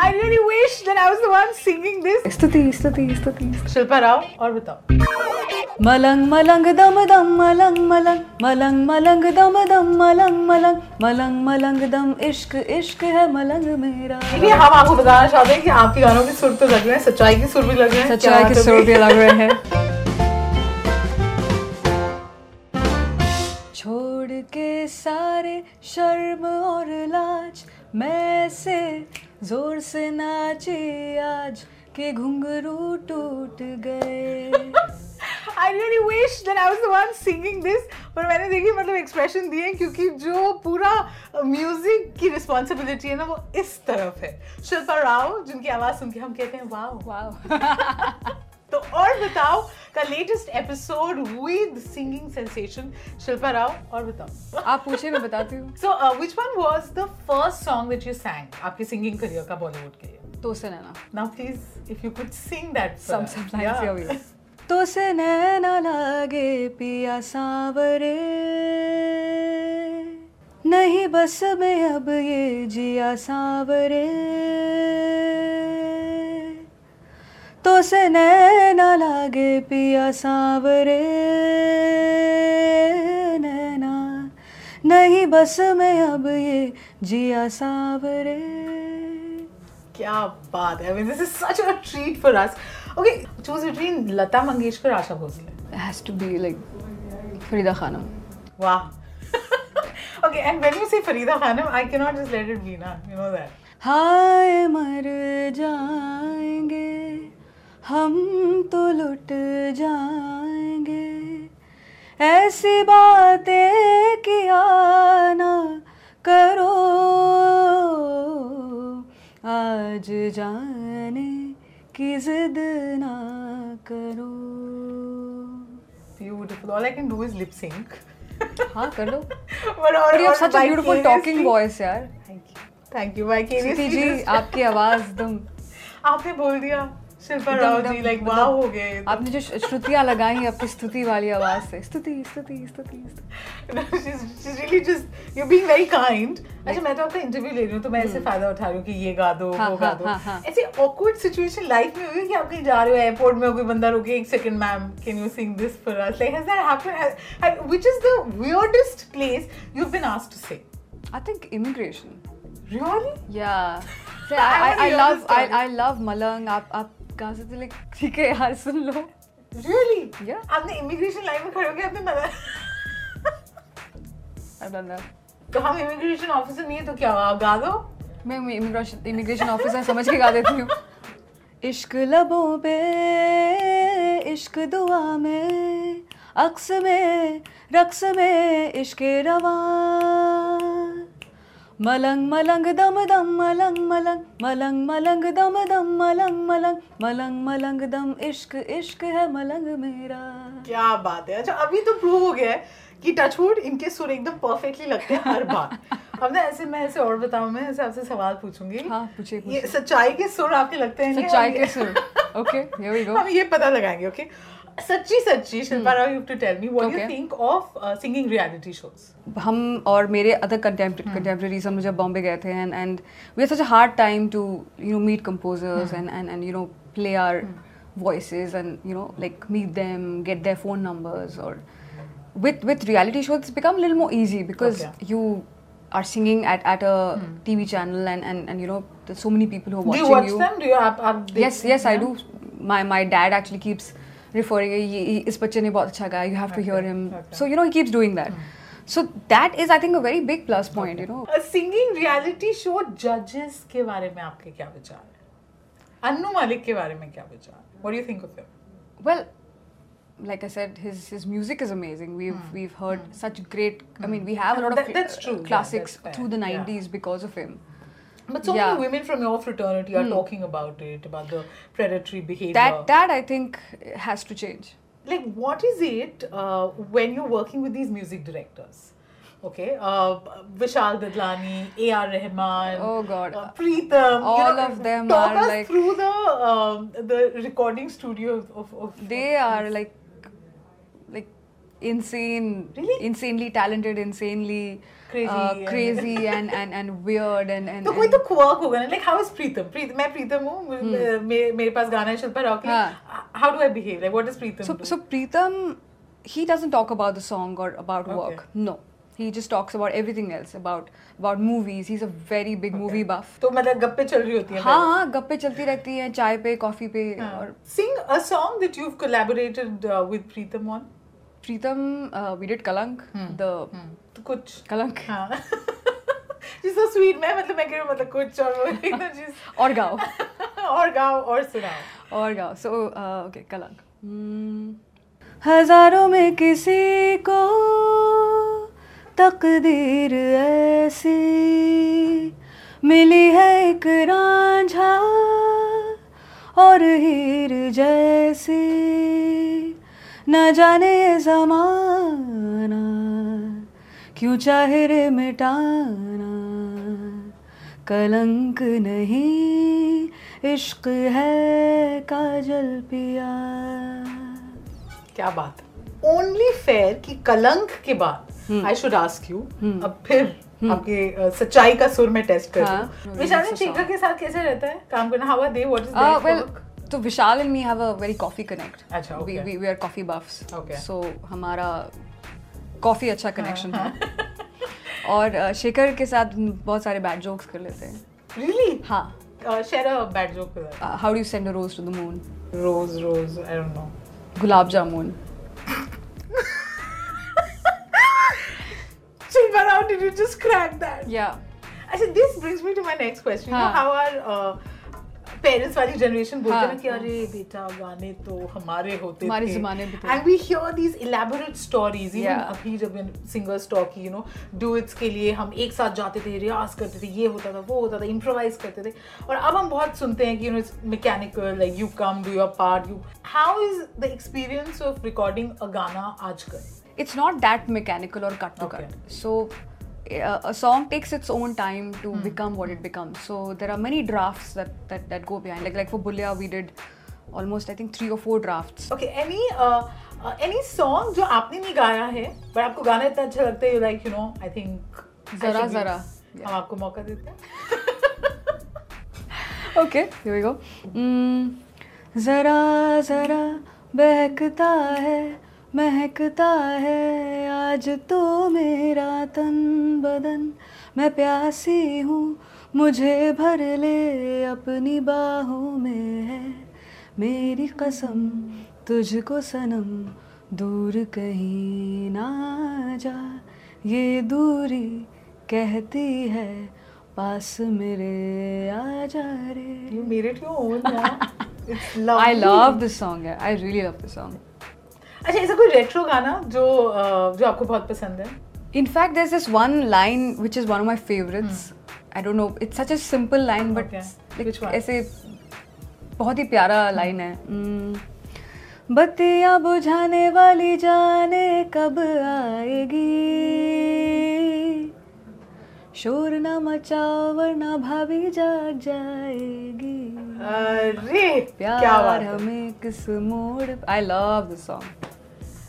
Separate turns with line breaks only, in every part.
I really wish that I was the one singing this.
स्तुति स्तुति स्तुति
शिल्पा राव और बताओ
मलंग मलंग दम दम मलंग मलंग मलंग मलंग दम दम मलंग मलंग मलंग मलंग दम इश्क इश्क है मलंग मेरा
ये हम आपको बताना चाहते हैं कि आपके गानों के सुर तो लग रहे हैं सच्चाई के सुर भी लग रहे हैं
सच्चाई के
क्या तो
सुर
बात
भी लग रहे हैं छोड़ के सारे शर्म और लाज मैं से जोर से नाचे आज के घुंघरू टूट गए
होगी। I really wish that I was the one singing this. पर मैंने देखिए मतलब एक्सप्रेशन दिए हैं क्योंकि जो पूरा म्यूजिक की रिस्पॉन्सिबिलिटी है ना वो इस तरफ है शिल्पा राव जिनकी आवाज सुन के हम कहते हैं वाह
वाह
तो और बताओ का latest episode with singing sensation Shilpa Rao और बताओ
आप पूछे मैं बताती हूँ
So, uh, which one was the first song that you sang आपके singing career का Bollywood के लिए?
तो से नैना
Now, please, if you could sing that. for
some
us.
some lines here we go. तो से नैना लागे पिया सांवरे नहीं बस में अब ये जिया सांवरे तो से नैना लागे पिया सांवरे नैना नहीं बस में अब ये जिया सांवरे
क्या बात है! I mean, this is such a treat for us. Okay, choose between Lata Mangeshkar Asha Bhosle.
has to be like Farida Khanum.
Wow. okay, and when you say Farida Khanum, I cannot just let it be, na. You know that.
हाय मर जाएंगे हम तो लुट जाएंगे ऐसी बातें किया ना करो आज जाने की जिद ना करो
Beautiful. All I can do is lip sync.
हाँ कर लो
But all,
But you have
all
such a beautiful talking
vicariously-
voice यार
Thank you. Thank you. Vicariously.
Preeti ji
just-
आपकी आवाज एकदम
आपने बोल दिया शिल्पा
एकदम-
राव
एकदम
जी लाइक
मतलब
वाह हो गए ये तो।
आपने जो श्रुतियां लगाई हैं आपकी स्तुति वाली आवाज से स्तुति स्तुति स्तुति स्तुति।
she's, she's really just you're being very kind. अच्छा मैं तो आपका इंटरव्यू ले रही हूँ तो मैं ऐसे फायदा उठा रही हूँ कि ये गा दो
हम्म। हाँ,
वो गा
हाँ,
दो
हाँ, हाँ।
ऐसे awkward सिचुएशन लाइफ में हुई है कि आप कहीं जा रहे हो एयरपोर्ट में कोई बंदा रोके एक second ma'am can you sing this for us like has that happened which is the weirdest place you have been asked to sing
I think immigration.
Really
Yeah. See,
I
I,
wanna
I, I
hear
love
this
I,
story.
I love Malang. आप आप कहाँ से थे like ठीक है यार सुन लो.
Really
Yeah.
आपने इमिग्रेशन लाइन में खड़े होके आपने मना
I've done that.
तो हम इमिग्रेशन ऑफिसर नहीं है तो क्या हुआ? आप गा दो
मैं इमिग्रेशन इमिग्रेशन ऑफिसर समझ के गा देती हूँ. इश्क लबों पे इश्क दुआ में अक्स में रक्स में इश्क रवा मलंग मलंग दम दम मलंग मलंग मलंग मलंग दम दम मलंग मलंग मलंग मलंग दम इश्क इश्क है मलंग मेरा
क्या बात है अच्छा अभी तो प्रूव हो गया है कि टचवुड इनके सुर एकदम परफेक्टली लगते हैं हर बार अब ना ऐसे मैं ऐसे और बताऊं मैं ऐसे आपसे सवाल पूछूंगी
हाँ, पूछिए,
ये सच्चाई के सुर आपके लगते हैं नहीं?
सच्चाई
हम
के
ये-
सुर ओके हियर वी गो
हम ये पता लगाएंगे ओके सच्ची सच्ची Shilpa Rao you to tell me what you
hmm. Okay.
Think of singing reality shows
हम और मेरे अदर कंटेम्प्रेरीज हम जब बॉम्बे गए थे and and we had such a hard time to you know meet composers and and and you know play our voices and you know like meet them get their phone numbers or with with reality shows it's become a little more easy because
Okay.
you are singing at at a tv channel and and and you know there's so many people who are
do you
watching
watch
you
them do you आप आप देख-
yes yes i do my my dad actually keeps referring ये ये- इस बच्चे ने बहुत अच्छा गाया you have to hear him so you know he keeps doing that
Hmm.
so that is i think a very big plus point you know
singing reality show जजेस के बारे में आपके क्या विचार है अन्नू मालिक के बारे में क्या विचार है what do you think of him
well like i said his his music is amazing we've we've heard such great i mean we have a lot of
Hmm. That- that's true. Yeah,
classics
that's fair.
through the
Yeah.
90s because of him
But so
Yeah. Hmm.
many women from your fraternity are talking about it, about the predatory behavior.
that that i think has to change
like, what is it uh, when you're working with these music directors? okay, uh, Vishal Dadlani, A.R. Rahman,
Oh, God.
uh, Preetam. you
All
know,
of them
talk
are
us
like-
through the um, the recording studio of, of
They are like, like insane,
Really?
insanely talented, insanely
Crazy
uh,
and-
crazy and, and, and weird and and,
तो कोई
and
तो quirk होगा ना like how is Pritam Preet मैं प्रीतम हूँ मे- मेरे मेरे पास गाना है शिल्पा राव के
Hmm. हाँ।
How do I behave like what is Pritam
so so Preetam, he doesn't talk about the song or about work. No, he just talks about everything else about about movies. He's a very big movie buff.
तो मतलब गप्पे चल रही होती है
हाँ हाँ गप्पे चलती रहती हैं चाय पे कॉफी पे और
sing a song that you have collaborated with Pritam on
Pritam we did Kalank
Hmm.
The
तो कुछ
कलंक
हाँ जी सो स्वीट मैं मतलब मैं कह रही हूँ मतलब कुछ और वो एकदम चीज
और गाओ
और गाओ और सुनाओ
और गाओ सो ओके कलंक Hmm. हजारों में किसी को तकदीर ऐसी मिली है एक रांझा और हीर जैसी न जाने जमाना क्यों चाहे रे मिटाना कलंक नहीं इश्क है काजल पिया
क्या बात ओनली फेयर कि कलंक के बाद
हम्म।
आई शुड आस्क यू अब फिर आपके अ, सच्चाई का सुर में टेस्ट कर
हाँ,
रही हूँ विशाल
I'm
ने
so
शेखर के साथ कैसे रहता है काम करना how are they what is
Uh,
there
well, तो Vishal and me have a very coffee connect.
अच्छा, okay.
We, we, we are coffee buffs.
Okay.
So हमारा coffee अच्छा connection था. और uh, शेखर के साथ बहुत सारे bad jokes कर लेते हैं.
रियली
हाँ.
Share a bad joke with
Uh, how do you send a rose to the moon?
Rose rose I don't know
gulab jamun.
Chilpa Rao, did you just crack that?
Yeah.
अच्छा this brings me to my next question. You know
हाँ.
how our uh, parents वाली generation बोलते हैं
हाँ.
ना कि अरे बेटा गाने तो हमारे होते
हमारे
थे
ज़माने में थे।
And we hear these elaborate stories even
Yeah.
अभी जब singers talk you know duets के लिए हम एक साथ जाते थे रियाज करते थे ये होता था वो होता था इम्प्रोवाइज करते थे और अब हम बहुत सुनते हैं कि you know mechanical like you come do your part you how is the experience of recording a गाना आजकल
It's not that mechanical or cut to
Okay.
cut. So uh, a song takes its own time to
Hmm.
become what it becomes. So there are many drafts that that, that go behind. Like like for Bulia we did almost I think three or four drafts.
Okay any any song uh, जो आपने नहीं गाया है but आपको गाना इतना अच्छा लगता है you like you know I think
जरा, जरा,
हम आपको मौका देते हैं
okay, here we go. Mm, जरा जरा बहकता है महकता है आज तो मेरा तन बदन मैं प्यासी हूँ मुझे भर ले अपनी बाहों में है मेरी कसम तुझको सनम दूर कहीं ना जा ये दूरी कहती है पास मेरे आ जा रे
you made it your own it's love
I love this song. yeah. I really love this song.
अच्छा ऐसा कोई रेट्रो गाना जो uh, जो आपको बहुत पसंद है
In fact, there's this one line which is one of my favorites. I don't know. It's such a simple line, but
Hmm. Okay.
like,
Which one?
ऐसे बहुत ही प्यारा लाइन है Mm. बत्तियां बुझाने वाली जाने कब आएगी शोर ना मचाओ वरना भाभी जाग जाएगी
अरे क्या
प्यार
बात है
हमें किस मोड़ आई लव दिस सॉन्ग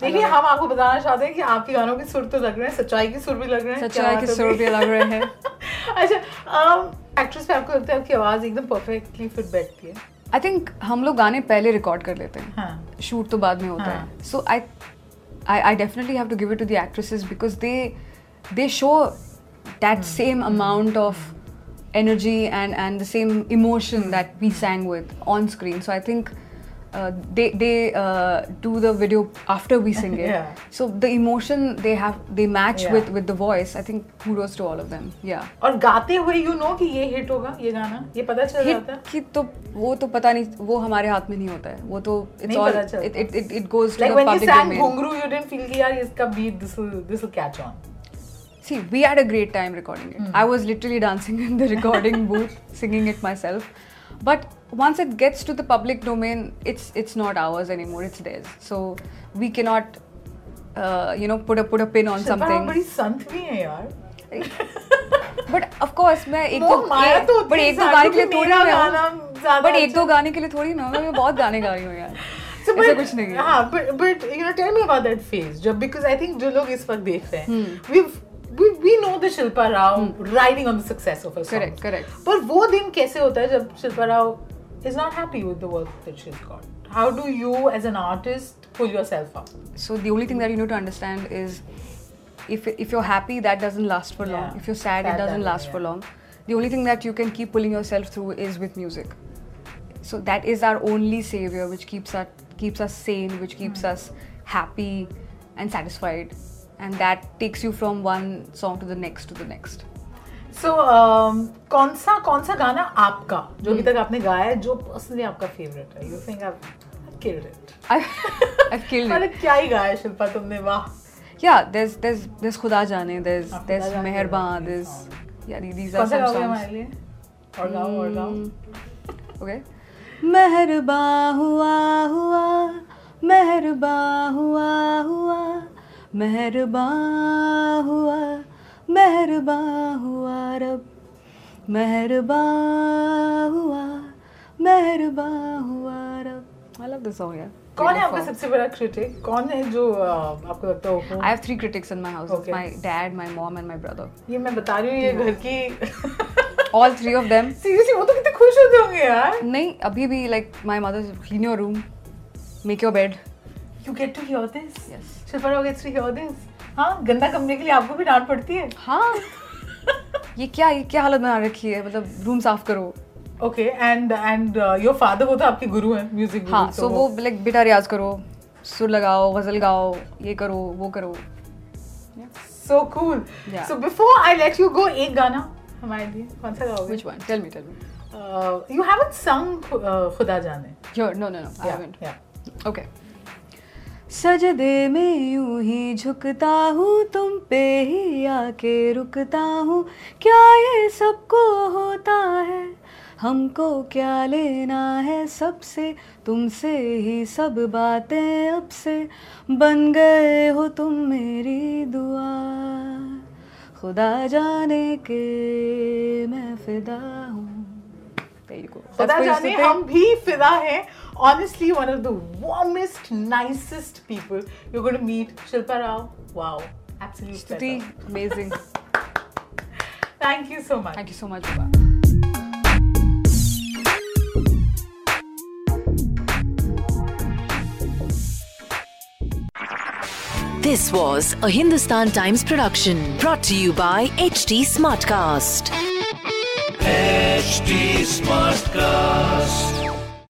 देखिए हम आपको बताना चाहते हैं कि आपके गानों के सुर तो लग रहे हैं सच्चाई के सुर भी लग रहे हैं क्या
सच्चाई के
बात है
सुर
भाई।
भी लग रहे हैं
अच्छा एक्ट्रेस पे आपको लगता है आपकी आवाज एकदम परफेक्टली फिट बैठती है
आई थिंक हम लोग गाने पहले रिकॉर्ड कर लेते हैं
हाँ
शूट तो बाद में होता है so I I I definitely have to give it to the actresses because they they show
Hmm.
That same amount of energy and and the same emotion
Hmm.
That we sang with on screen so I think they they uh, do the video after we sing it
Yeah.
so the emotion they have they match
Yeah.
with with the voice i think kudos to all of them yeah
और गाते हुए you know कि ये hit होगा ये गाना ये पता चल जाता है
हिट की तो वो तो पता नहीं वो हमारे हाथ में नहीं होता है वो तो इट्स
नहीं
ऑल
पता चलता।
It it it it goes to
like
the
when you
public
sang
domain
Ghungroo you didn't feel कि यार इसका beat this will this will catch on
see we had a great time recording
Hmm.
It I was literally dancing in the recording booth singing it myself but once it gets to the public domain it's it's not ours anymore it's theirs so we cannot uh, you know put a put a pin on
Shilpa Rao
something
बड़ी संत भी है यार
but of course मैं एक
वो
दो
माया तो होती
बट
है
एक दो
इंसान
गाने के लिए थोड़ी मैं
को कि मेरा गाना
हूँ
ज्यादा
बट एक दो
अच्छा-
गाने के लिए थोड़ी ना हूँ, मैं बहुत गाने गा रही हूँ यार
So,
ऐसा
अच्छा, but-
कुछ नहीं है
हाँ, but but you know, tell me about that phase, जब because I think जो लोग इस वक्त देख रहे हैं,
हम्म।
we've we we know the Shilpa Rao riding on the success of her songs.
Correct, correct.
पर वो दिन कैसे होता है जब Shilpa Rao is not happy with the work that she's got? How do you as an artist pull yourself up?
so the only thing that you need to understand is if if you're happy that doesn't last for long
Yeah.
if you're sad,
Sad
it doesn't
doesn't,
last for
yeah.
long the only thing that you can keep pulling yourself through is with music so that is our only savior which keeps us keeps us sane which keeps
Hmm.
us happy and satisfied and that takes you from one song to the next to the next
So um, कौन सा कौन सा गाना आपका जो अभी
हम्म।
तक आपने गाया है जो पर्सनली आपका फेवरेट है? You think I've I've killed it?
I've, I've killed it
मतलब क्या ही गाया है शिल्पा तुमने वाह
yeah there's there's there's khuda jane there's
हाँ,
there's
Khuda Jaane,
meherban
these
there's
songs.
yeah these are
कौन सा
some
गाओगे
songs Hmm,
हमारे लिए और गाओ और गाओ
ओके हम्म। मेहरबा हुआ हुआ मेहरबा हुआ हुआ मेहरबा हुआ मेहरबा हुआ रब मेहरबा हुआ मेहरबा हुआ रब आई लव दिस सॉन्ग यार
कौन है आपका सबसे बड़ा क्रिटिक कौन है जो अ, आपको लगता है
I have three critics in my house
Okay.
My dad my mom and my brother
ये मैं बता रही हूँ ये घर की
all three of them
seriously वो तो कितने खुश होते होंगे यार
नहीं अभी भी like my mother clean your room make your bed
you get to hear this
Yes.
Shilpa Rao gets to hear this हाँ गंदा कमरे के लिए आपको भी डांट पड़ती है
हाँ ये क्या ये क्या हालत बना रखी है मतलब रूम साफ करो
okay and and your father वो तो आपके गुरु हैं म्यूजिक गुरु
हाँ सो वो लाइक बेटा रियाज करो सुर लगाओ गजल गाओ ये करो वो करो
so cool
Yeah.
So before I let you go एक गाना हमारे लिए कौन सा गाओगे Uh,
which one tell me tell me
you haven't sung खुदा जाने
your no no no I haven't
uh, yeah.
Okay सजदे में यूं ही झुकता हूँ तुम पे ही आके रुकता हूँ क्या ये सबको होता है हमको क्या लेना है सबसे तुमसे ही सब बातें अब से बन गए हो तुम मेरी दुआ खुदा जाने के मैं फिदा हूँ There you go. That's
खुदा
what you
जाने
should think.
हम भी फिदा हैं honestly one of the warmest nicest people you're going to meet shilpa rao wow absolute
Stuti,
pleasure.
amazing.
thank you so much
Thank you so much, Baba.
This was a Hindustan Times production brought to you by HT Smartcast.
HD Smartcast.